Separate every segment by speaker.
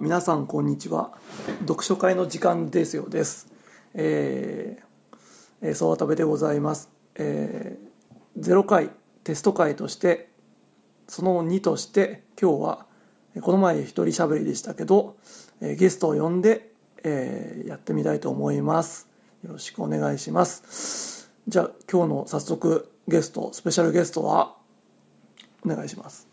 Speaker 1: 皆さんこんにちは読書会の時間ですよですえーえー沢田部でございますえー、0回テスト会としてその2として今日はえーこの前一人喋りでしたけど、えーゲストを呼んで、えーやってみたいと思いますよろしくお願いしますじゃあ今日の早速ゲストスペシャルゲストはお願いします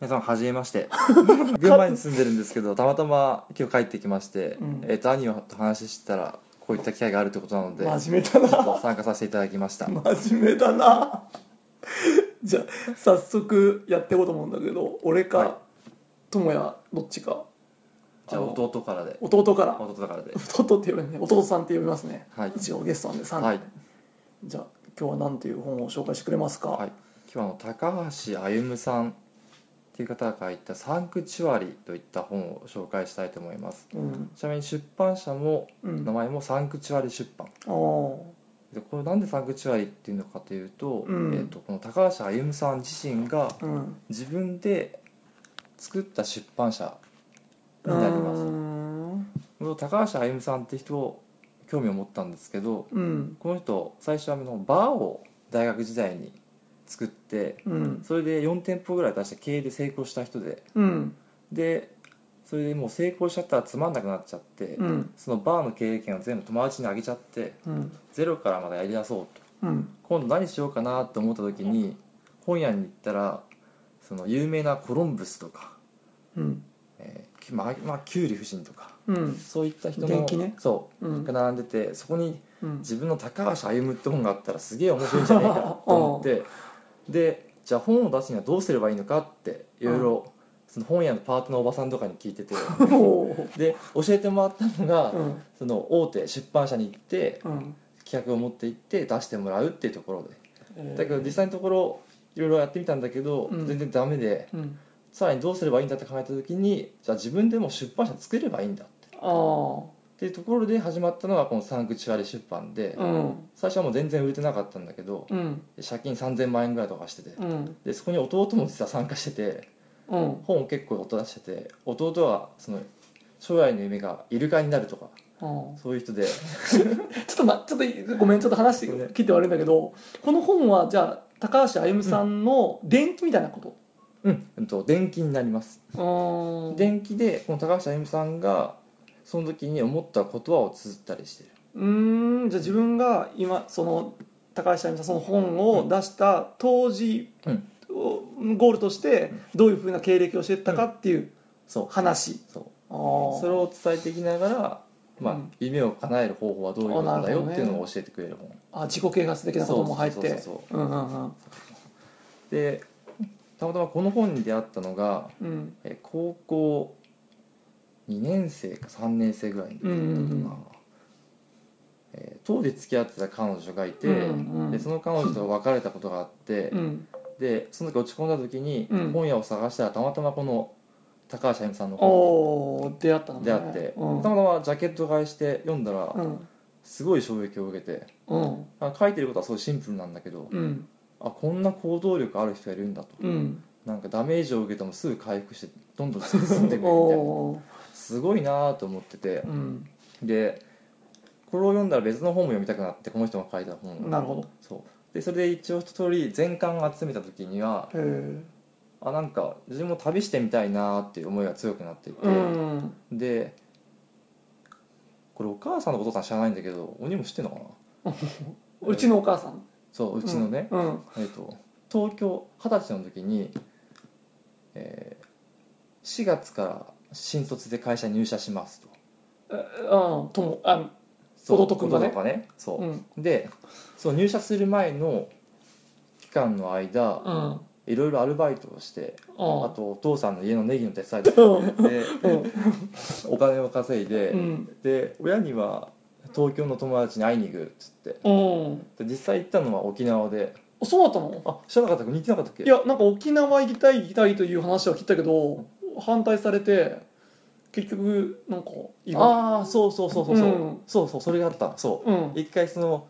Speaker 2: 皆さんはじめまして 群馬に住んでるんですけどたまたま今日帰ってきまして、
Speaker 1: うん
Speaker 2: えっと兄と話してたらこういった機会があるということなので
Speaker 1: 真面目だ
Speaker 2: ちょっ
Speaker 1: な
Speaker 2: と参加させていただきま した
Speaker 1: 真面目だな じゃあ早速やっていこうと思うんだけど俺
Speaker 2: はい
Speaker 1: か智也、どっちか
Speaker 2: じゃあ弟からで
Speaker 1: 弟から
Speaker 2: 弟からで
Speaker 1: 弟って呼ぶね弟さんって呼びますね、
Speaker 2: はい
Speaker 1: 一応ゲストなんで3人、
Speaker 2: はい、
Speaker 1: じゃあ今日は何ていう本を紹介してくれますか、
Speaker 2: はい、今日はあの高橋歩さんっていう方が書いた「サンクチュアリ」といった本を紹介したいと思います
Speaker 1: うん
Speaker 2: ちなみに出版社も
Speaker 1: うん
Speaker 2: 名前もサンクチュアリ出版
Speaker 1: あー
Speaker 2: でこれなんでサンクチュアリっていうのかというと,、
Speaker 1: うん
Speaker 2: えー、とこの高橋歩さん自身が
Speaker 1: うん
Speaker 2: 自分で作った出版社
Speaker 1: う
Speaker 2: になります
Speaker 1: ーん
Speaker 2: この高橋歩さんって人を興味を持ったんですけど
Speaker 1: うん
Speaker 2: この人最初はあのバーを大学時代に作って
Speaker 1: うん
Speaker 2: それで4店舗ぐらい出して経営で成功した人で
Speaker 1: うん
Speaker 2: でそれでもう成功しちゃったらつまんなくなっちゃって、
Speaker 1: うん
Speaker 2: そのバーの経営権を全部友達にあげちゃって
Speaker 1: うん
Speaker 2: ゼロからまたやりだそうと
Speaker 1: うん
Speaker 2: 今度何しようかなと思った時に本屋に行ったらその有名なコロンブスとか、
Speaker 1: うん
Speaker 2: えーきまあまあ、キュウリ夫人とか
Speaker 1: うん
Speaker 2: そういった人の
Speaker 1: 元気ね
Speaker 2: そううんが並んでてそこに
Speaker 1: うん
Speaker 2: 自分の高橋歩夢って本があったらすげえ面白いんじゃねえかと思ってでじゃあ本を出すにはどうすればいいのかっていろいろその本屋のパートのおばさんとかに聞いてて
Speaker 1: おー
Speaker 2: で教えてもらったの
Speaker 1: う
Speaker 2: が
Speaker 1: ん
Speaker 2: その大手出版社に行って
Speaker 1: うん
Speaker 2: 企画を持って行って出してもらうっていうところで
Speaker 1: えー
Speaker 2: だけど実際のところいろいろやってみたんだけど
Speaker 1: うん
Speaker 2: 全然ダメで
Speaker 1: うん
Speaker 2: さらにどうすればいいんだって考えた時にじゃあ自分でも出版社作ればいいんだって
Speaker 1: ああ
Speaker 2: っていうところで始まったのがこの「サンクチュアリ出版で」
Speaker 1: うん
Speaker 2: 最初はもう全然売れてなかったんだけど
Speaker 1: うん
Speaker 2: 借金3000万円ぐらいとかしてて
Speaker 1: うん
Speaker 2: でそこに弟も実は参加してて
Speaker 1: うん
Speaker 2: 本を結構音出してて弟はその将来の夢がイルカになるとか
Speaker 1: うん
Speaker 2: そういう人で
Speaker 1: ちょっとま、ちょっとごめん、ちょっと話
Speaker 2: ごめん
Speaker 1: 聞いて悪いんだけど、この本はじゃあ、高橋歩さんの伝記みたいなこ
Speaker 2: うん、うんと、電気になります
Speaker 1: と。うん、
Speaker 2: 電気でこの高橋あゆみさんがその時に思った言葉を綴ったりしてる
Speaker 1: うーん、じゃあ自分が今、その高橋歩さん、その本を出した当時
Speaker 2: うん
Speaker 1: を、ゴールとして、どういうふうな経歴をしてったかっていう
Speaker 2: そう
Speaker 1: 話。
Speaker 2: そう
Speaker 1: あ
Speaker 2: それ
Speaker 1: ー
Speaker 2: を伝えていきながら、まあ
Speaker 1: うん
Speaker 2: 夢を叶える方法はどういうことだよっていうのを教えてくれる本
Speaker 1: あ自己啓発的なことも入っ
Speaker 2: そうそう
Speaker 1: て。
Speaker 2: そう
Speaker 1: うんうんうん
Speaker 2: でたまたまこの本に出会ったのが
Speaker 1: うん
Speaker 2: えー高校2年生か3年生ぐらいの時だったかな、
Speaker 1: うんうんうん
Speaker 2: えー当時付き合ってた彼女がいて、
Speaker 1: うんうん
Speaker 2: でその彼女と別れたことがあって、
Speaker 1: うん
Speaker 2: でその時落ち込んだ時に
Speaker 1: うん
Speaker 2: 本屋を探したらたまたまこの高橋あゆみさんの本
Speaker 1: おー出会ったのね
Speaker 2: であって、
Speaker 1: うん
Speaker 2: たまたまジャケット買いして読んだら
Speaker 1: うん
Speaker 2: すごい衝撃を受けて
Speaker 1: うん
Speaker 2: あ書いてることはすごいシンプルなんだけど、
Speaker 1: うん
Speaker 2: あこんな行動力ある人がいるんだと、
Speaker 1: うん
Speaker 2: なんかダメージを受けてもすぐ回復してどんどん進んでいくみたいな
Speaker 1: おー
Speaker 2: すごいなぁと思ってて
Speaker 1: うん、
Speaker 2: でこれを読んだら別の本も読みたくなってこの人が書いた本
Speaker 1: なるほど
Speaker 2: そうでそれで一応一通り全巻集めた時には
Speaker 1: へえ
Speaker 2: あなんか自分も旅してみたいなっていう思いが強くなってい
Speaker 1: う
Speaker 2: て、
Speaker 1: ん
Speaker 2: でこれお母さんのことさん知らないんだけど鬼も知ってんのかな
Speaker 1: うちのお母さん
Speaker 2: そううちのね、
Speaker 1: うん
Speaker 2: えっと東京二十歳の時に、え4月から新卒で会社に入社しますと
Speaker 1: えうんともあ
Speaker 2: そう
Speaker 1: 弟くんがね
Speaker 2: 弟ねそう、
Speaker 1: うん
Speaker 2: でその入社する前の期間の間
Speaker 1: うん
Speaker 2: いろいろアルバイトをしてあ
Speaker 1: あ
Speaker 2: とお父さんの家のネギの手伝いとか
Speaker 1: うん
Speaker 2: で
Speaker 1: うん
Speaker 2: お金を稼いで、
Speaker 1: うん
Speaker 2: で親には東京の友達に会いに行くっつって
Speaker 1: うん
Speaker 2: で実際行ったのは沖縄で
Speaker 1: そうだったの
Speaker 2: あ知らなかった似てなかったっけ
Speaker 1: いやなんか沖縄行きたい行きたいという話は聞いたけど反対されて結局なんか今
Speaker 2: ああそうそうそうそうそう、
Speaker 1: うん
Speaker 2: そうそうそれがあったそう
Speaker 1: うん
Speaker 2: 一回その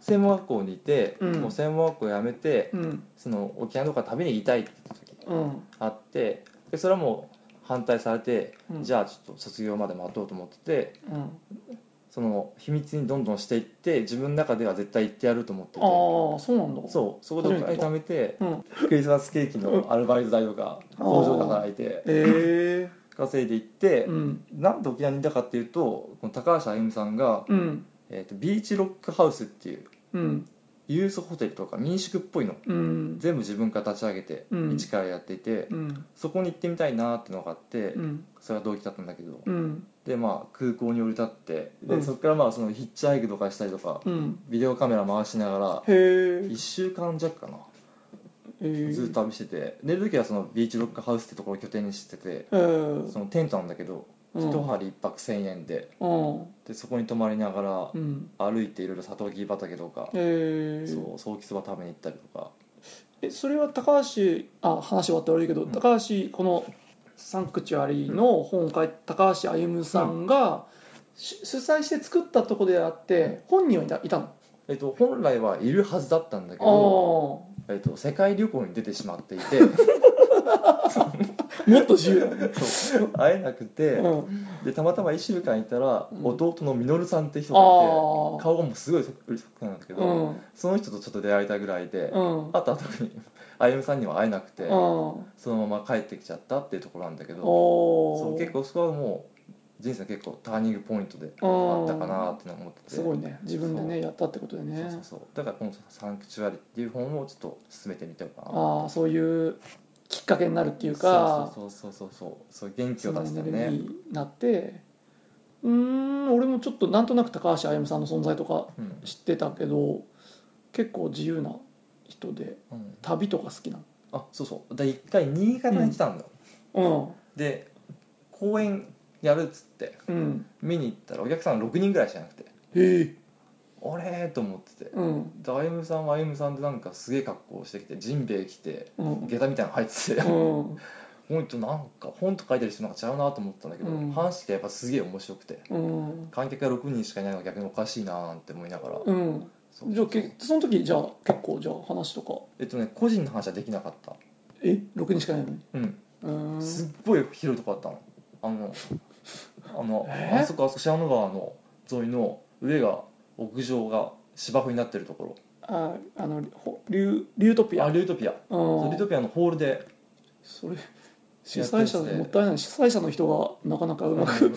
Speaker 2: 専門学校にいて、
Speaker 1: うん
Speaker 2: もう専門学校辞めて
Speaker 1: うん
Speaker 2: その沖縄とか旅に行きたいって言った時
Speaker 1: うん
Speaker 2: あってでそれはもう反対されて、
Speaker 1: うん
Speaker 2: じゃあちょっと卒業まで待とうと思ってて
Speaker 1: うん、
Speaker 2: その秘密にどんどんしていって自分の中では絶対行ってやると思ってて
Speaker 1: ああそうなんだ
Speaker 2: そうそこでお金貯めて
Speaker 1: う、うん、
Speaker 2: クリスマスケーキのアルバイト代とか
Speaker 1: うん
Speaker 2: 工場で働いて
Speaker 1: え
Speaker 2: 稼いでいって
Speaker 1: え、うん
Speaker 2: なんで沖縄にいたかっていうとこの高橋あゆみさんが、
Speaker 1: うん
Speaker 2: えー、とビーチロックハウスっていう
Speaker 1: うん
Speaker 2: ユースホテルとか民宿っぽいの
Speaker 1: うん
Speaker 2: 全部自分から立ち上げて
Speaker 1: うん
Speaker 2: 一からやっていて、
Speaker 1: うん
Speaker 2: そこに行ってみたいなってのがあって、
Speaker 1: うん
Speaker 2: それが動機だったんだけど、
Speaker 1: うん
Speaker 2: でまあ空港に降り立ってで、
Speaker 1: うん
Speaker 2: そこからまあそのヒッチハイクとかしたりとか
Speaker 1: うん
Speaker 2: ビデオカメラ回しなが
Speaker 1: へ
Speaker 2: ら
Speaker 1: え
Speaker 2: 1週間弱かな
Speaker 1: えー
Speaker 2: ずっと旅してて寝る時はそのビーチロックハウスってところを拠点にしてて
Speaker 1: えー
Speaker 2: そのテントなんだけど
Speaker 1: うん
Speaker 2: 一針一泊1000円で
Speaker 1: うん
Speaker 2: でそこに泊まりなが
Speaker 1: うん
Speaker 2: ら歩いていろいろサトウキビ畑とか
Speaker 1: えー
Speaker 2: そうソーキそば食べに行ったりとか
Speaker 1: えそれは高橋あ話終わって悪いけど、
Speaker 2: うん
Speaker 1: 高橋この「サンクチュアリー」の本を書いた高橋歩さんが、し主催して作ったとこであって本人はいたいたの
Speaker 2: えっと本来はいるはずだったんだけど、
Speaker 1: あ
Speaker 2: えっと、世界旅行に出てしまっていて
Speaker 1: あもっと自由だね、
Speaker 2: そう会えなくて
Speaker 1: うん、
Speaker 2: でたまたま1週間いたら
Speaker 1: うん
Speaker 2: 弟のミノルさんって人
Speaker 1: あ
Speaker 2: がい
Speaker 1: あ
Speaker 2: て顔がもうすごいそっくりそっくりなんだけ
Speaker 1: う
Speaker 2: ど
Speaker 1: ん
Speaker 2: その人とちょっと出会えたぐらいで
Speaker 1: うん
Speaker 2: あとあとにあゆみさんには会えなくて
Speaker 1: うん
Speaker 2: そのまま帰ってきちゃったっていうところなんだけど
Speaker 1: お
Speaker 2: そう結
Speaker 1: 構
Speaker 2: 構そこはもう人生の結構ターニングポイントで
Speaker 1: うん
Speaker 2: あったかなってのは思ってて
Speaker 1: すごいね自分でねやったってことでね
Speaker 2: そうそうそうだからこの「サンクチュアリ」っていう本をちょっと進めてみてようかな
Speaker 1: ああそういうきっかけになるっていうか
Speaker 2: そうそうそうそうそうそう元気
Speaker 1: そ
Speaker 2: を
Speaker 1: の
Speaker 2: 出し
Speaker 1: エ
Speaker 2: て
Speaker 1: ネルギ
Speaker 2: ね
Speaker 1: ーになってうーん俺もちょっとなんとなく高橋歩さんの存在とか
Speaker 2: うん、
Speaker 1: 知ってたけど結構自由な人で
Speaker 2: うん、
Speaker 1: 旅とか好きな
Speaker 2: あそうそうで一回新潟に来たんだよ、
Speaker 1: の
Speaker 2: で公演やるっつって
Speaker 1: うんうん
Speaker 2: 見に行ったらお客さん6人ぐらいしかなくて
Speaker 1: へえ
Speaker 2: あれーと思ってて
Speaker 1: うん
Speaker 2: で歩夢さんは歩夢さんでなんかすげえ格好してきてジンベエ着て
Speaker 1: うん
Speaker 2: 下駄みたいなの入ってて
Speaker 1: うん
Speaker 2: 本当なんか本と書いてる人なんか違うなと思ったんだけど、
Speaker 1: うん
Speaker 2: 話してやっぱすげえ面白くて
Speaker 1: うん
Speaker 2: 観客が6人しかいないのが逆におかしいなーなんて思いながら、
Speaker 1: うん
Speaker 2: そう
Speaker 1: じゃあけその時じゃあ結構じゃあ話とか
Speaker 2: えっとね個人の話はできなかった
Speaker 1: え6人しかないのに
Speaker 2: うん
Speaker 1: うーん
Speaker 2: すっごい広いとこあったのあのあの、
Speaker 1: えー
Speaker 2: あそこあそこシャノ川の沿いの上が屋上が芝生になってるとこ
Speaker 1: ああのほリュリュートピ
Speaker 2: ろ
Speaker 1: ア
Speaker 2: あ
Speaker 1: うん
Speaker 2: リュートピアそうリュートピアのホールで
Speaker 1: それ主催者
Speaker 2: やってて
Speaker 1: もったいない主催者の人がなかなかうまく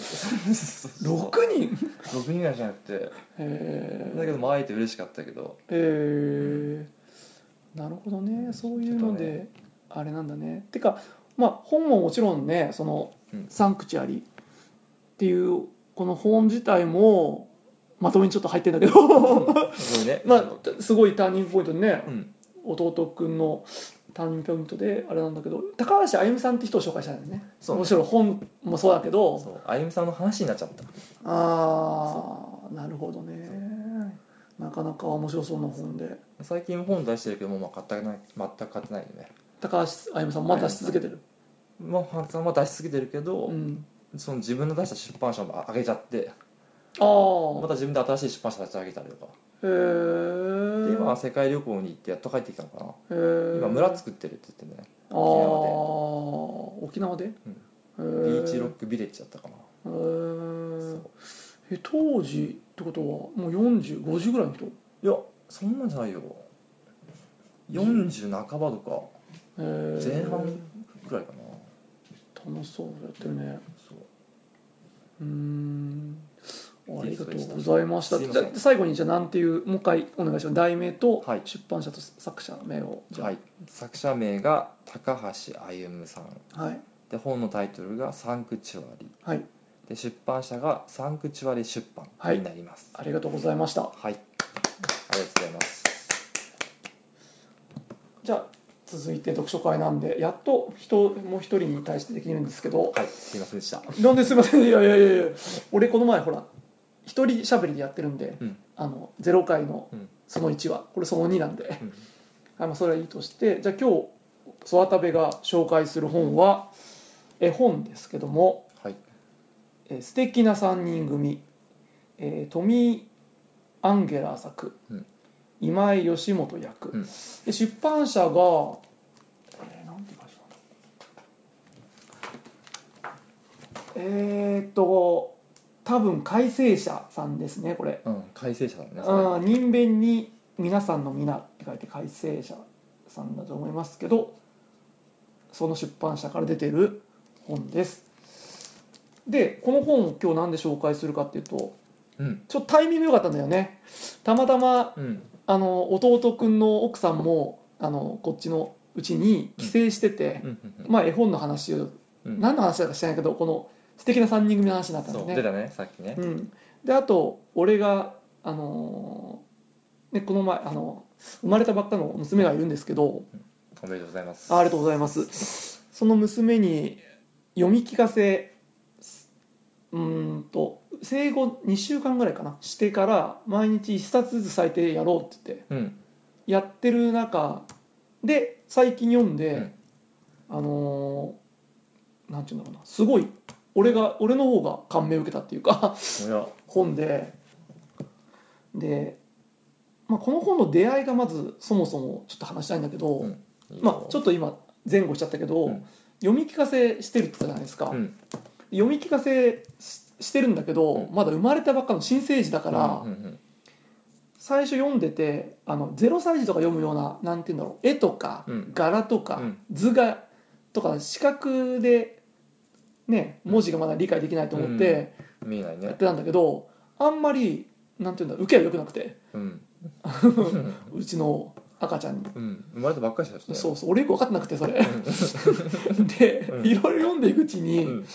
Speaker 2: 6
Speaker 1: 六人
Speaker 2: 人ぐらいじゃなくて
Speaker 1: へ
Speaker 2: だけどまあ会えて嬉しかったけど
Speaker 1: えへえなるほどねそういうの
Speaker 2: ちょっと
Speaker 1: であれなんだねてかまあ本ももちろんねその
Speaker 2: うん
Speaker 1: 「サンクチュアリ」っていうこの本自体もまとめにちょっと入ってんだけ ど
Speaker 2: すごいね
Speaker 1: まあすごいターニングポイントでね
Speaker 2: うん
Speaker 1: 弟くんのターニングポイントであれなんだけど高橋あゆみさんって人を紹介したんだよね
Speaker 2: そう
Speaker 1: もちろん本もそうだけど
Speaker 2: そうあゆみさんの話になっちゃった
Speaker 1: ああなるほどねなかなか面白そうな本で
Speaker 2: 最近本出してるけどもうまあ買ってない全く買ってないよね
Speaker 1: 高橋あゆみさんまだし続けてる、
Speaker 2: まあ原さんは出し続けてるけど、
Speaker 1: うん、
Speaker 2: その自分の出した出版社も上げちゃって
Speaker 1: あ
Speaker 2: ま
Speaker 1: あ
Speaker 2: た自分で新しい出版社立ち上げたりとか
Speaker 1: へえ
Speaker 2: で今は世界旅行に行ってやっと帰ってきたのかな、今
Speaker 1: 今
Speaker 2: 村作ってるって言ってね、
Speaker 1: ああ沖縄で、
Speaker 2: ビ
Speaker 1: へえ
Speaker 2: ーチロックビレッジだったか
Speaker 1: へ
Speaker 2: な、そう
Speaker 1: ええ当時ってことはもう4050ぐらいの人へ
Speaker 2: いやそんなんじゃないよ40半ばとか
Speaker 1: え
Speaker 2: 前半くらいかな、
Speaker 1: 楽しそうやってるね
Speaker 2: そう
Speaker 1: うーんありがと
Speaker 2: いい人
Speaker 1: う
Speaker 2: で
Speaker 1: ご
Speaker 2: した
Speaker 1: ざいました
Speaker 2: すいません
Speaker 1: じゃあ最後にじゃあなんていうもう一回お願いします題名と
Speaker 2: はい
Speaker 1: 出版社と作者名をじゃあ
Speaker 2: はい、作者名が高橋歩さん
Speaker 1: はい
Speaker 2: で本のタイトルが「サンクチュアリ
Speaker 1: はい」
Speaker 2: で出版社が「サンクチュアリ出版」
Speaker 1: はい
Speaker 2: になります
Speaker 1: ありがとうございました
Speaker 2: はい、ありがとうございます
Speaker 1: じゃあ続いて読書会なんでやっと人もう一人に対してできるんですけど
Speaker 2: はいすいませんでした
Speaker 1: なんですいませんいやいやいやいや俺この前ほら一人しゃべりでやってるんで
Speaker 2: うん
Speaker 1: あのゼロ回の
Speaker 2: うん
Speaker 1: その1はこれその2なんで
Speaker 2: うん
Speaker 1: あまあそれはいいとしてじゃあ今日ソワタベが紹介する本は絵本ですけども
Speaker 2: はい
Speaker 1: えー素敵な3人組」えートミー・アンゲラー作、
Speaker 2: うん
Speaker 1: 今井義元役、
Speaker 2: うん
Speaker 1: で出版社が、えーなんていう会社なんだえーっと多分改正者さんですねこれ
Speaker 2: うん改正者だねそれ
Speaker 1: あー人弁に皆さんの皆って書いて改正者さんだと思いますけどその出版社から出てる本ですでこの本を今日何で紹介するかっていうと
Speaker 2: うん
Speaker 1: ちょっとタイミング良かったんだよねたまたま
Speaker 2: うん
Speaker 1: あの弟くんの奥さんもあのこっちのうちに帰省してて、
Speaker 2: うんうん
Speaker 1: まあ絵本の話を
Speaker 2: うん
Speaker 1: 何の話だか知らないけどこの素敵な3人組の話になったんだよ
Speaker 2: そう
Speaker 1: ね
Speaker 2: 出たねさっきね
Speaker 1: うん、であと俺が、あのーね、この前、あの生まれたばっかの娘がいるんですけど
Speaker 2: おめでとうございます
Speaker 1: あありがとうございますその娘に読み聞かせうーんと生後2週間ぐらいかなしてから毎日1冊ずつ最低やろうって言って
Speaker 2: うん
Speaker 1: やってる中で最近読ん
Speaker 2: う
Speaker 1: で
Speaker 2: ん、
Speaker 1: あのーなんていうんだろうなすごい俺が俺の方が感銘を受けたっていうか
Speaker 2: おや
Speaker 1: 本でで、まあ、この本の出会いがまずそもそもちょっと話したいんだけど、
Speaker 2: うんいいよ
Speaker 1: まあ、ちょっと今前後しちゃったけど、
Speaker 2: うん
Speaker 1: 読み聞かせしてるって言ったじゃないですか、
Speaker 2: うん
Speaker 1: 読み聞かせししてるんだけど、
Speaker 2: うん
Speaker 1: まだ生まれたばっかの新生児だから、
Speaker 2: うんうん
Speaker 1: 最初読んでてあの0歳児とか読むようななんて言うんだろう絵とか、
Speaker 2: うん
Speaker 1: 柄とか、
Speaker 2: うん
Speaker 1: 図画とか視覚で、ね、文字がまだ理解できないと思って。
Speaker 2: うんうん見えない
Speaker 1: やっ
Speaker 2: ね
Speaker 1: てたんだけどあんまりなんていうんだ受けは良くなくて
Speaker 2: うん
Speaker 1: うちの赤ちゃんに。
Speaker 2: うん生まれたばっかりだしね
Speaker 1: そうそう俺よく分かってなくてそれで、
Speaker 2: うん
Speaker 1: いろいろ読んでいくうち
Speaker 2: う
Speaker 1: に、
Speaker 2: ん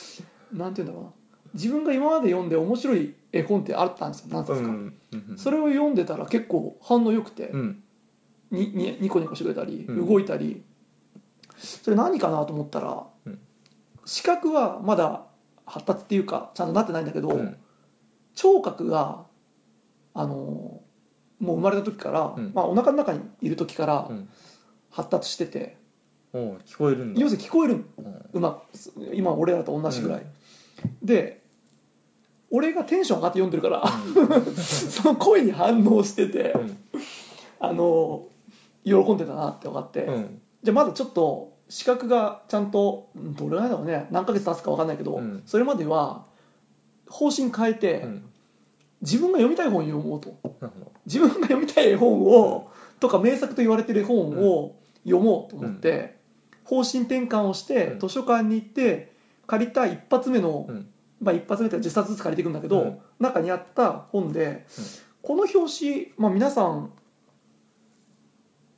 Speaker 1: なんていうんだろうな自分が今まで読んで面白い絵本ってあったんですよ何
Speaker 2: う
Speaker 1: 冊か、
Speaker 2: んうん
Speaker 1: それを読んでたら結構反応良くて、
Speaker 2: うん
Speaker 1: ににニコニコしてくれたり
Speaker 2: うん
Speaker 1: 動いたり、それ何かなと思ったら、
Speaker 2: うん
Speaker 1: 視覚はまだ発達っていうかちゃんとなってないんだけど、
Speaker 2: うん
Speaker 1: 聴覚があのーもう生まれた時から、
Speaker 2: うん
Speaker 1: まあ、お腹の中にいる時から
Speaker 2: うん
Speaker 1: 発達してて、
Speaker 2: おう聞こえるんだ
Speaker 1: 要するに聞こえるの
Speaker 2: うん
Speaker 1: うまく今俺らと同じぐらい、で俺がテンション上がって読んでるから、 その声に反応してて、
Speaker 2: うん
Speaker 1: あのー喜んでたなって分かって、
Speaker 2: うん
Speaker 1: じゃあまだちょっと視覚がちゃんとうんどれぐらいだろうね何ヶ月経つか分かんないけど、
Speaker 2: うん
Speaker 1: それまでは方針変えて、
Speaker 2: うん
Speaker 1: 自分が読みたい本読もうと。
Speaker 2: なるほど
Speaker 1: 自分が読みたい絵本を、とか名作と言われてる本を読もうと思って、方針転換をして、
Speaker 2: うん
Speaker 1: 図書館に行って借りた一発目の、
Speaker 2: うん
Speaker 1: まあ、一発目っていうか10冊ずつ借りていくんだけど、
Speaker 2: うん
Speaker 1: 中にあった本で、
Speaker 2: うん
Speaker 1: この表紙、まあ、皆さん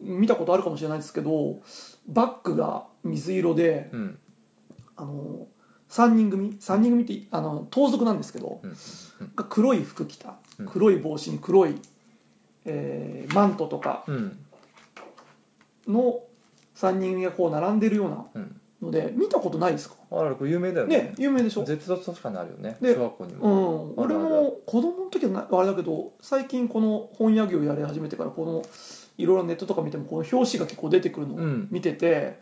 Speaker 1: 見たことあるかもしれないですけどバックが水色で、
Speaker 2: うん
Speaker 1: あの3人組3人組ってあの盗賊なんですけど、
Speaker 2: うん
Speaker 1: が黒い服着た
Speaker 2: うん
Speaker 1: 黒い帽子に黒い、えーマントとか
Speaker 2: うん
Speaker 1: の3人組がこう並んでるような
Speaker 2: うん
Speaker 1: ので見たことないですか
Speaker 2: あらこれ有名だよね
Speaker 1: ね有名でしょ、
Speaker 2: 絶対確かにあるよね
Speaker 1: で
Speaker 2: 小学校に
Speaker 1: う
Speaker 2: も
Speaker 1: ん、
Speaker 2: あ
Speaker 1: 俺
Speaker 2: るある
Speaker 1: も子供の時はなあれだけど最近この本屋業やり始めてからこのいろいろネットとか見てもこの表紙が結構出てくるの
Speaker 2: う
Speaker 1: を
Speaker 2: ん
Speaker 1: 見てて、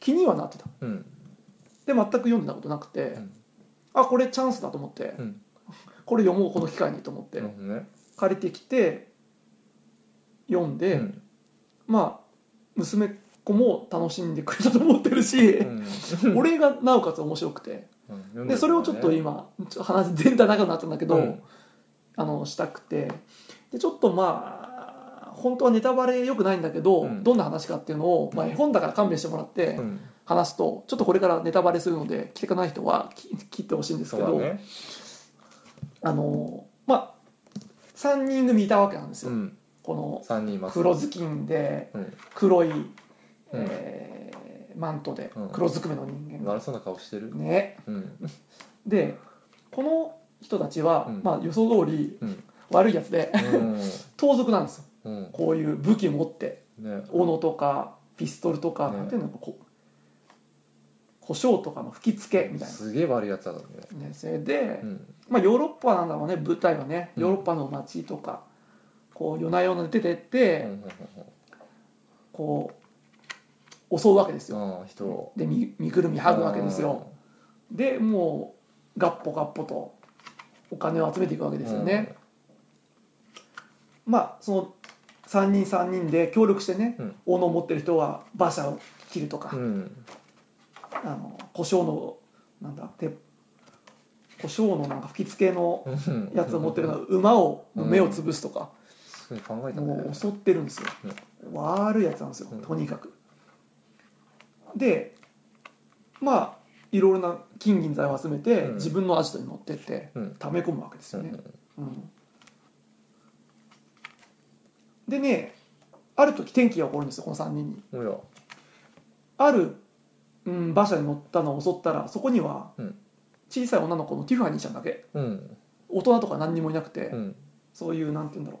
Speaker 1: 気にはなってた
Speaker 2: うん
Speaker 1: で全く読んでたことなくて、
Speaker 2: ん
Speaker 1: あこれチャンスだと思って、
Speaker 2: うん
Speaker 1: これ読もうこの機会にと思って、
Speaker 2: なるほどね
Speaker 1: 借りてきて読んで、
Speaker 2: うん
Speaker 1: まあ娘っ子も楽しんでくれたと思ってるし
Speaker 2: う、ん
Speaker 1: 俺がなおかつ面白くて
Speaker 2: うん読ん
Speaker 1: でそれをちょっと今ちょ話全体長くなったんだけど、
Speaker 2: うん
Speaker 1: あのしたくてでちょっとまあ本当はネタバレよくないんだけど、
Speaker 2: うん
Speaker 1: どんな話かっていうのを、まあ、絵本だから勘弁してもらって
Speaker 2: うん
Speaker 1: 話すと、ちょっとこれからネタバレするので聞かない人はき切ってほしいんです
Speaker 2: そう
Speaker 1: けど、
Speaker 2: だね
Speaker 1: あのまあ3人組いたわけなんですよ、
Speaker 2: うん
Speaker 1: この
Speaker 2: 三人います
Speaker 1: 黒ずきんで
Speaker 2: うん
Speaker 1: 黒い、えーマントで
Speaker 2: うん
Speaker 1: 黒ずくめの人間が、
Speaker 2: 悪そうな顔してる
Speaker 1: ね
Speaker 2: うん
Speaker 1: でこの人たちは、
Speaker 2: うん
Speaker 1: まあ、予想通り
Speaker 2: うん
Speaker 1: 悪いやつで、盗賊なんですよ
Speaker 2: うん
Speaker 1: こういう武器持って
Speaker 2: ね
Speaker 1: 斧とかピストルとか、
Speaker 2: ね
Speaker 1: なんていうのこう胡椒とかの吹きつけみたい
Speaker 2: すげえ悪いやつだったんだね
Speaker 1: な、ね、それで、
Speaker 2: うん
Speaker 1: まあ、ヨーロッパなんだろうね舞台はね
Speaker 2: うん
Speaker 1: ヨーロッパの街とかこう夜な夜な出てって、
Speaker 2: うんうん
Speaker 1: こう襲うわけですよ
Speaker 2: うんうん人を
Speaker 1: で身身ぐるみ剥ぐわけですよでもうガッポガッポとお金を集めていくわけ
Speaker 2: うん
Speaker 1: ですよね、まあその3人3人で協力してね、
Speaker 2: うん
Speaker 1: 斧を持ってる人は馬車を切るとか、
Speaker 2: うん
Speaker 1: あの胡椒のなんだ鉄うショーのなんか吹き付けの
Speaker 2: うん
Speaker 1: やつを持ってるのが馬を
Speaker 2: うん
Speaker 1: 目を潰すとか、
Speaker 2: すごい考えたね
Speaker 1: もう襲ってるんですよ、悪いやつなんですよ
Speaker 2: うん
Speaker 1: とにかく、でまあいろいろな金銀財を集めて、
Speaker 2: うん
Speaker 1: 自分のアジトに持ってって
Speaker 2: うん
Speaker 1: 溜め込むわけです
Speaker 2: う
Speaker 1: よね、
Speaker 2: ん
Speaker 1: うんでねある時天気が起こるんですよこの3人に
Speaker 2: おや
Speaker 1: ある、うん、馬車に乗ったのを襲ったらそこには
Speaker 2: うん
Speaker 1: 小さい女の子のティファニーちゃんだけ
Speaker 2: うん
Speaker 1: 大人とか何にもいなくて、
Speaker 2: うん
Speaker 1: そういうなんて言うんだろう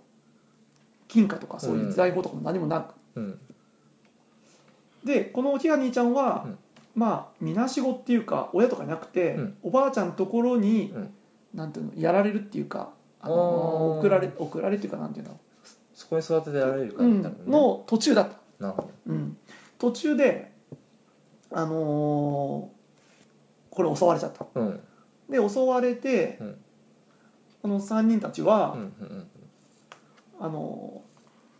Speaker 1: 金貨とかそういう財宝とかも何もなく、
Speaker 2: うん
Speaker 1: でこのティファニーちゃんは、
Speaker 2: うん
Speaker 1: まあみなしごっていうか親とかいなくて、
Speaker 2: うん
Speaker 1: おばあちゃんのところに、
Speaker 2: うん
Speaker 1: なんていうのやられるっていうかあ
Speaker 2: あ
Speaker 1: の
Speaker 2: ー
Speaker 1: 送られ送られっていうかなんていうんだろ
Speaker 2: そこに育ててられる
Speaker 1: う、
Speaker 2: から
Speaker 1: うん
Speaker 2: みたいなね
Speaker 1: の途中だった、
Speaker 2: なるほ
Speaker 1: うん、途中であのーこれ襲われちゃった
Speaker 2: どうん
Speaker 1: で襲われて、
Speaker 2: うん
Speaker 1: この3人たち
Speaker 2: うんう
Speaker 1: は、
Speaker 2: ん
Speaker 1: あの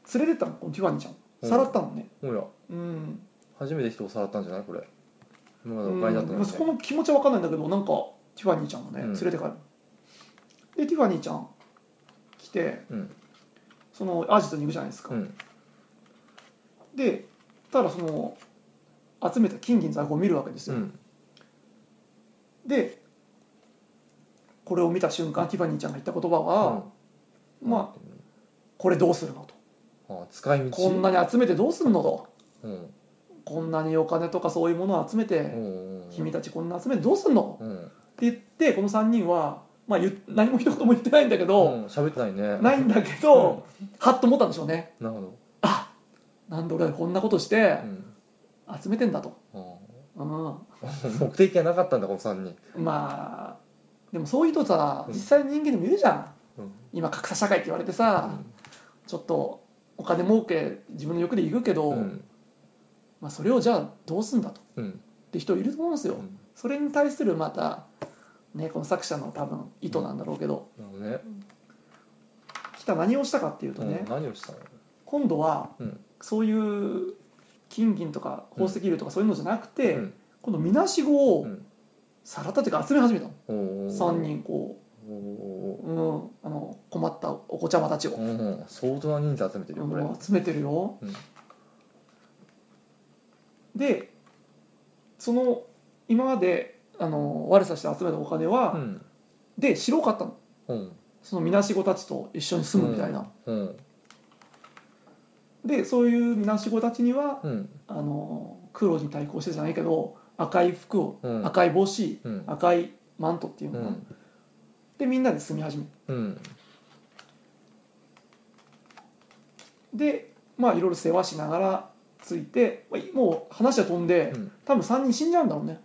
Speaker 1: ー連れてったのこのティファニーちゃん
Speaker 2: う
Speaker 1: を
Speaker 2: ん
Speaker 1: さらったのね、
Speaker 2: うんおや
Speaker 1: うん
Speaker 2: 初めて人をさらったんじゃないこれ今までお買いだったの
Speaker 1: うん
Speaker 2: に
Speaker 1: 息子の気持ちは分かんないんだけどなんかティファニーちゃんがね、
Speaker 2: うん
Speaker 1: 連れて帰るでティファニーちゃん来て
Speaker 2: うん
Speaker 1: そのアジトに行くじゃないですか、
Speaker 2: うん
Speaker 1: でただその集めた金銀財宝を見るわけです
Speaker 2: う
Speaker 1: よ、
Speaker 2: ん
Speaker 1: でこれを見た瞬間ティファニーちゃんが言った言葉は、
Speaker 2: うん
Speaker 1: まあこれどうするのと
Speaker 2: あ使い道
Speaker 1: こんなに集めてどうするのと
Speaker 2: うん
Speaker 1: こんなにお金とかそういうものを集め
Speaker 2: う
Speaker 1: て、
Speaker 2: んうん
Speaker 1: 君たちこんな集めてどうすんの
Speaker 2: うん
Speaker 1: って言ってこの3人は、まあ、言っ何も一言も言ってないんだけど、
Speaker 2: うん喋ってないね
Speaker 1: ないんだけど、はっと思ったんでしょうね
Speaker 2: なるほど
Speaker 1: あなんで俺はこんなことして
Speaker 2: うん
Speaker 1: 集めてんだと、
Speaker 2: あ
Speaker 1: うん、
Speaker 2: ー目的がなかったんだこの3人
Speaker 1: まあでもそういう人さ
Speaker 2: うん
Speaker 1: 実際の人間でもいるじゃん
Speaker 2: うん
Speaker 1: 今格差社会って言われてさ、ちょっとお金儲け自分の欲で行くけど、
Speaker 2: うん
Speaker 1: まあ、それをじゃあどうすんだとっ
Speaker 2: うん
Speaker 1: て人いると思うんです
Speaker 2: う
Speaker 1: よ、
Speaker 2: ん
Speaker 1: それに対するまたねこの作者の多分意図なんだろうけど、
Speaker 2: なるほどね
Speaker 1: 来た何をしたかっていうとね、
Speaker 2: うん何をしたの
Speaker 1: 今度は
Speaker 2: うん
Speaker 1: そういう金銀とか宝石類とかそういうのじゃなくて、
Speaker 2: うん
Speaker 1: このみなしご
Speaker 2: う
Speaker 1: を
Speaker 2: ん
Speaker 1: さらったというか集め始めたの、
Speaker 2: おー
Speaker 1: 3人こ
Speaker 2: おー
Speaker 1: う、うん、あの困ったお子ちゃまたちを、
Speaker 2: うん相当な人数集めてるよこれ
Speaker 1: うん集めてるよ、
Speaker 2: うん
Speaker 1: でその今まであの悪さして集めたお金は、
Speaker 2: うん
Speaker 1: で白かったの
Speaker 2: うん
Speaker 1: そのみなしごたちと一緒に住むみたいな、
Speaker 2: うん
Speaker 1: でそういうみなしごたちには
Speaker 2: うん
Speaker 1: あの黒に対抗してじゃないけど赤い服を、
Speaker 2: うん
Speaker 1: 赤い帽子
Speaker 2: うん
Speaker 1: 赤いマントっていう
Speaker 2: う
Speaker 1: のかな、
Speaker 2: ん
Speaker 1: でみんなで住み始める
Speaker 2: うん
Speaker 1: でまあいろいろ世話しながらついてまあいもう話は飛んで、
Speaker 2: うん
Speaker 1: 多分3人死んじゃうんだろうね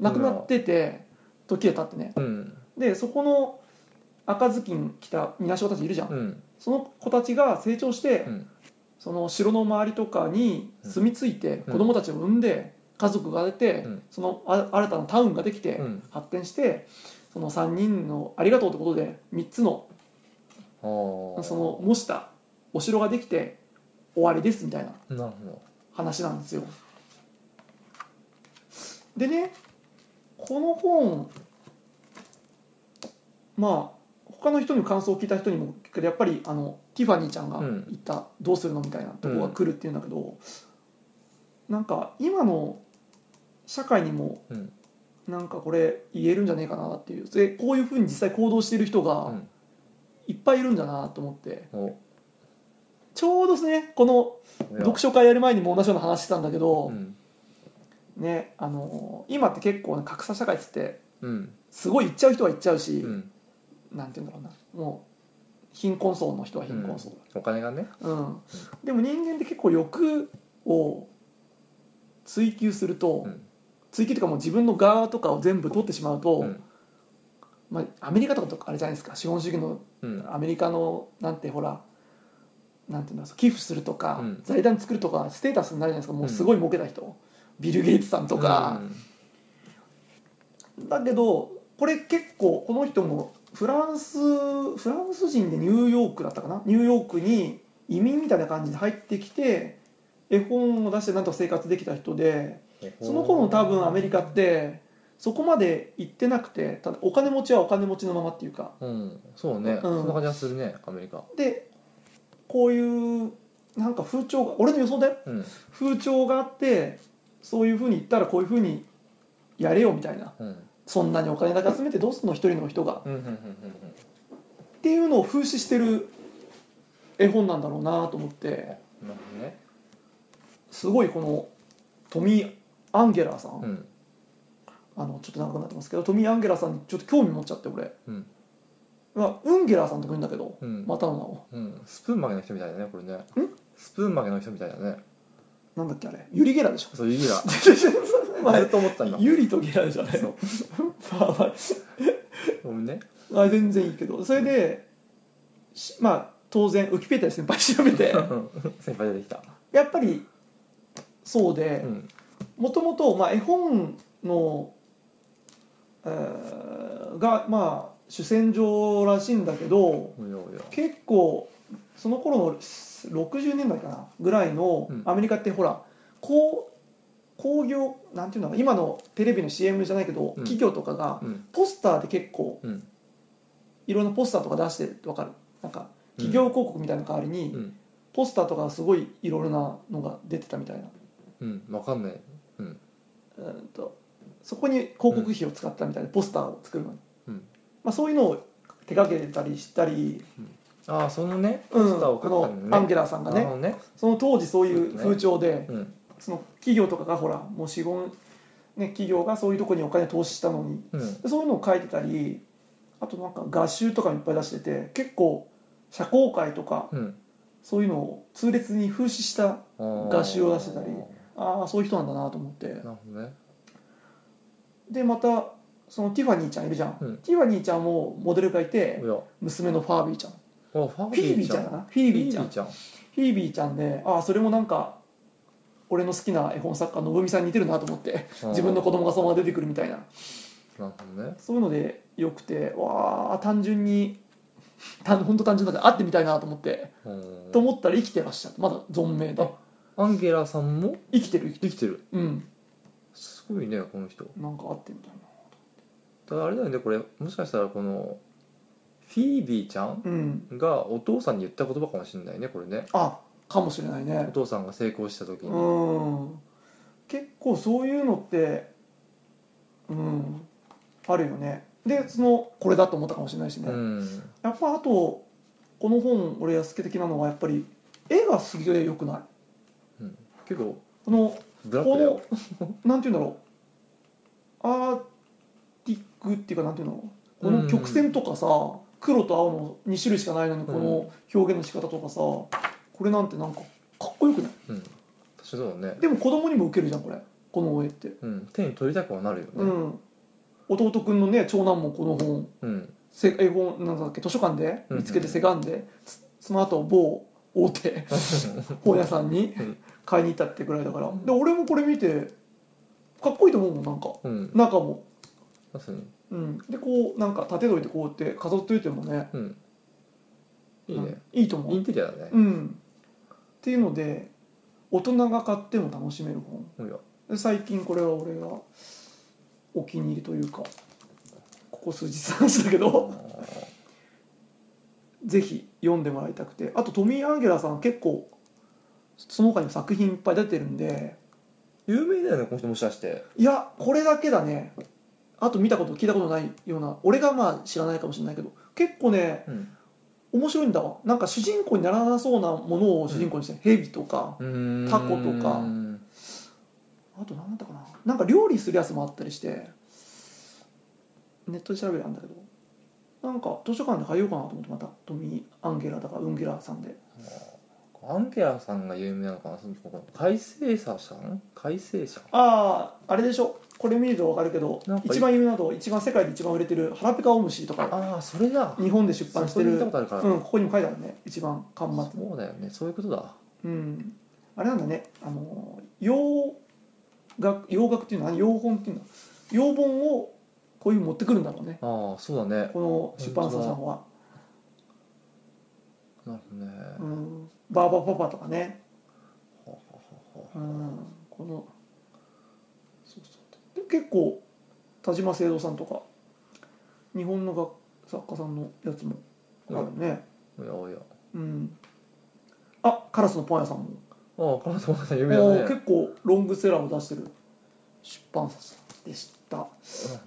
Speaker 1: 亡くなってて時が経ってね
Speaker 2: うん
Speaker 1: でそこの赤ずきん来たみなし子たちいるじゃん、
Speaker 2: うん
Speaker 1: その子たちが成長して、
Speaker 2: うん
Speaker 1: その城の周りとかに住み着いて、
Speaker 2: うん
Speaker 1: 子供たちを産んで家族が出て、
Speaker 2: うん
Speaker 1: そのあ新たなタウンができて、
Speaker 2: うん
Speaker 1: 発展してその3人のありがとうってことで3つの
Speaker 2: あー
Speaker 1: その模したお城ができて終わりですみたいな
Speaker 2: なるほ
Speaker 1: 話なんですよでねこの本まあ他の人に感想を聞いた人にも聞くけどやっぱりあのティファニーちゃんが
Speaker 2: うん
Speaker 1: 言った「どうするの?」みたいなとこが来るっていうんだけど、なんか今の社会にも
Speaker 2: どうん
Speaker 1: なんかこれ言えるんじゃねえかなっていうでこういうふうに実際行動している人
Speaker 2: う
Speaker 1: が
Speaker 2: ん
Speaker 1: いっぱいいるんだなと思って
Speaker 2: お
Speaker 1: ちょうどですねこの読書会やる前にも同じような話してたんだけど、
Speaker 2: うん
Speaker 1: ねあのー今って結構ね格差社会っつって
Speaker 2: うん
Speaker 1: すごい行っちゃう人は行っちゃうし、
Speaker 2: うん
Speaker 1: なんて言うんだろうなもう貧困層の人は貧困層
Speaker 2: お金がね
Speaker 1: だ、うんでも人間って結構欲を追求すると、
Speaker 2: うん
Speaker 1: 追求というかもう自分の側とかを全部取ってしまうと、
Speaker 2: うん
Speaker 1: まあ、アメリカとかとあれじゃないですか資本主義の
Speaker 2: うん
Speaker 1: アメリカのなんてほらなんていうんだろう寄付するとか、
Speaker 2: うん
Speaker 1: 財団作るとかステータスになるじゃないですかもうすごい儲けた人、ビル・ゲイツさんとか、だけどこれ結構この人もフランスフランス人でニューヨークだったかなニューヨークに移民みたいな感じで入ってきて絵本を出してなんとか生活できた人で
Speaker 2: うん
Speaker 1: その頃の多分アメリカってそこまで行ってなくてただお金持ちはお金持ちのままっていうか
Speaker 2: うんそうね、
Speaker 1: うん
Speaker 2: そんな感じがするねアメリカ
Speaker 1: でこういうなんか風潮が俺の予想だよ
Speaker 2: うん
Speaker 1: 風潮があってそういうふうに言ったらこういうふうにやれよみたいな
Speaker 2: うん
Speaker 1: そんなにお金だけ集めてどうすんの一人の人が
Speaker 2: うんうんうんう
Speaker 1: っ
Speaker 2: ん
Speaker 1: ていうのを風刺してる絵本なんだろうなと思っ
Speaker 2: うん
Speaker 1: て
Speaker 2: なるほどね
Speaker 1: すごいこのトミー・アンゲラーさん、
Speaker 2: うん
Speaker 1: あのちょっと長くなってますけどトミー・アンゲラーさんにちょっと興味持っちゃって俺、
Speaker 2: うん
Speaker 1: まあ、ウンゲラーさんとか言うんだけど、
Speaker 2: うん
Speaker 1: またの名を
Speaker 2: うんスプーン曲げの人みたいだねこれねスプーン曲げの人みたいだね
Speaker 1: なんだっけあれユリ・ゲラーでしょ
Speaker 2: そういう意味だ
Speaker 1: ま
Speaker 2: ずっと思ったんだ
Speaker 1: ユリとゲラーじゃないのまあまあ
Speaker 2: ごめんね
Speaker 1: まあ全然いいけどそれで、しまあ当然ウキペディアで先輩調べ て
Speaker 2: 先輩出てきた
Speaker 1: やっぱりそうで
Speaker 2: うん
Speaker 1: もともと絵本の、えーがまあ主戦場らしいんだけど
Speaker 2: おやおや
Speaker 1: 結構その頃の60年代かなぐらいの
Speaker 2: うん
Speaker 1: アメリカってほらこう工業なんていうのかな今のテレビの CM じゃないけど
Speaker 2: ん
Speaker 1: 企業とかが
Speaker 2: うん
Speaker 1: ポスターで結構
Speaker 2: うん
Speaker 1: いろんなポスターとか出してるってわかるなんか企業広告みたいな代わりに、
Speaker 2: うん
Speaker 1: ポスターとかすごいいろいろなのが出てたみたいな、
Speaker 2: うんわかんないうん
Speaker 1: うん、とそこに広告費を使ったみたいな、ポスターを作るのに、
Speaker 2: うん
Speaker 1: まあ、そういうのを手掛けてたりしたり、
Speaker 2: ああそのね
Speaker 1: うん
Speaker 2: スターを
Speaker 1: こ
Speaker 2: 描くためにね
Speaker 1: のアンゲラーさんが
Speaker 2: なるほ
Speaker 1: ね
Speaker 2: どね
Speaker 1: その当時そういう風潮で、
Speaker 2: うん
Speaker 1: その企業とかがほらもう資本、ね、企業がそういうとこにお金投資したのに
Speaker 2: うん
Speaker 1: そういうのを書いてたりあとなんか画集とかもいっぱい出してて結構社交界とか
Speaker 2: うん
Speaker 1: そういうのを痛烈に風刺した
Speaker 2: あー
Speaker 1: 画集を出してたり
Speaker 2: なる
Speaker 1: ああそういう人なんだなと思って
Speaker 2: ほどね
Speaker 1: でまたそのティファニーちゃんいるじゃん、
Speaker 2: うん
Speaker 1: ティファニーちゃんもモデルがいて
Speaker 2: おや
Speaker 1: 娘のファービーちゃんフ
Speaker 2: あファ
Speaker 1: ィービーちゃんかなフィー
Speaker 2: フィー
Speaker 1: ビ
Speaker 2: ビ
Speaker 1: ーちゃん
Speaker 2: ー
Speaker 1: フ
Speaker 2: ちゃん
Speaker 1: ィービーちゃんでああそれもなんか俺の好きな絵本作家のぶみさんに似てるなと思って自分の子供がそのまま出てくるみたいな
Speaker 2: なるほどね
Speaker 1: そういうのでよくてわあ単純に単本当単純だから会ってみたいなと思って、
Speaker 2: うん
Speaker 1: と思ったら生きてらっしゃってまだ存命で
Speaker 2: あアンゲラさんも
Speaker 1: 生きてる生きて
Speaker 2: できてる
Speaker 1: るうん
Speaker 2: すごいねこの人
Speaker 1: なんか会ってみたいな
Speaker 2: ただあれだよねこれもしかしたらこのフィービーちゃん
Speaker 1: うん
Speaker 2: がお父さんに言った言葉かもしれないねこれね
Speaker 1: あかもしれない
Speaker 2: お
Speaker 1: ね
Speaker 2: 父さんが成功した時
Speaker 1: う
Speaker 2: に、
Speaker 1: ん結構そういうのってうんあるよねでそのこれだと思ったかもしれないしね、
Speaker 2: うん
Speaker 1: やっぱあとこの本俺が好き的なのはやっぱり絵がすげえ良くない
Speaker 2: 結構
Speaker 1: この
Speaker 2: ブラックだよ
Speaker 1: このなんて言うんだろうアーティックっていうかなんて言うんだろうこ
Speaker 2: う
Speaker 1: の
Speaker 2: ん
Speaker 1: 曲線とかさ、黒と青の2種類しかないのにこの表現の仕方とかさ、これなんてなんかかっこよくない
Speaker 2: うん私そうだね
Speaker 1: でも子供にも受けるじゃんこれこの絵って、
Speaker 2: うん手に取りたくはなるよね
Speaker 1: うん弟くんのね長男もこの本
Speaker 2: うん
Speaker 1: せ絵本なんだっけ図書館で見つけて
Speaker 2: うん
Speaker 1: せがんで、つその後某大 手本屋さんに
Speaker 2: うん
Speaker 1: 買いに行ったってぐらいだからで俺もこれ見てかっこいいと思うもんなんか
Speaker 2: うん
Speaker 1: 中も、
Speaker 2: 確かに
Speaker 1: うん、でこうなんか縦取りでこうやって飾っといてもね
Speaker 2: うんいいね
Speaker 1: うんいいと
Speaker 2: イ
Speaker 1: 思う
Speaker 2: ンテリアだね
Speaker 1: うんっていうので大人が買っても楽しめる本
Speaker 2: おや
Speaker 1: で最近これは俺がお気に入りというかここ数日の話だけど ぜひ読んでもらいたくてあとトミー・アンゲラさん結構その他にも作品いっぱい出てるんで
Speaker 2: 有名だよねこの人もしかして
Speaker 1: いやこれだけだねあと見たこと聞いたことないような俺がまあ知らないかもしれないけど結構ね
Speaker 2: うん
Speaker 1: 面白いんだわなんか主人公にならなそうなものを主人公にして、ヘビとか
Speaker 2: うん
Speaker 1: タコとかあと何だったかななんか料理するやつもあったりしてネットで調べるんだけどなんか図書館で買いようかなと思ってまたトミー・アンゲラだからウンゲラーさんで
Speaker 2: アンケラさんが有名なのかなそのこの改正者さん改正者
Speaker 1: あああれでしょこれ見るとわかるけど
Speaker 2: なんかい
Speaker 1: 一番有名なと一番世界で一番売れてる「腹ペカオムシ」とか
Speaker 2: ああそれだ
Speaker 1: 日本で出版してる
Speaker 2: そこに行ったことあるから
Speaker 1: うん、ここにも書いてあるね一番巻末
Speaker 2: そうだよねそういうことだ
Speaker 1: うんあれなんだねあの洋楽洋楽っていうのは洋本っていうの洋本をこういうふうに持ってくるんだろうね
Speaker 2: ああそうだね
Speaker 1: この出版社さんは、
Speaker 2: なるほどね
Speaker 1: うん、バーバパパとかね、
Speaker 2: はあはあはあ
Speaker 1: うん、このそうそうで結構田島聖堂さんとか日本のが作家さんのやつもあるね
Speaker 2: いやいや
Speaker 1: うん、あカラスのパン屋さんも、
Speaker 2: ああ金沢さん
Speaker 1: お
Speaker 2: 有名だ
Speaker 1: ー
Speaker 2: ね
Speaker 1: 結構ロングセラーを出してる出版社でしたで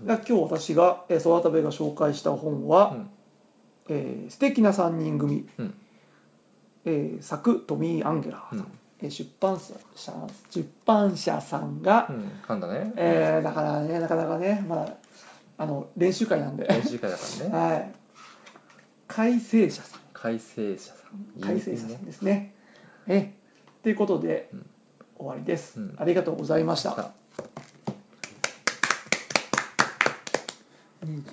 Speaker 1: 今日私がえー澤田部が紹介した本は
Speaker 2: うん
Speaker 1: 「えー素敵な3人組」
Speaker 2: うん
Speaker 1: えー作トミー・アンゲラー
Speaker 2: う
Speaker 1: さん、
Speaker 2: ん
Speaker 1: えー出版社出版社さんが、
Speaker 2: うん噛んだね
Speaker 1: えーだからねなかなかねまだあの練習会なんで、
Speaker 2: 練習会だからね
Speaker 1: はい改正者さん
Speaker 2: 改正者さん
Speaker 1: 改正者
Speaker 2: いい
Speaker 1: さ
Speaker 2: ね
Speaker 1: んですねえということで、
Speaker 2: うん
Speaker 1: 終わりです、
Speaker 2: うん
Speaker 1: ありがとうございました
Speaker 2: さあ
Speaker 1: うん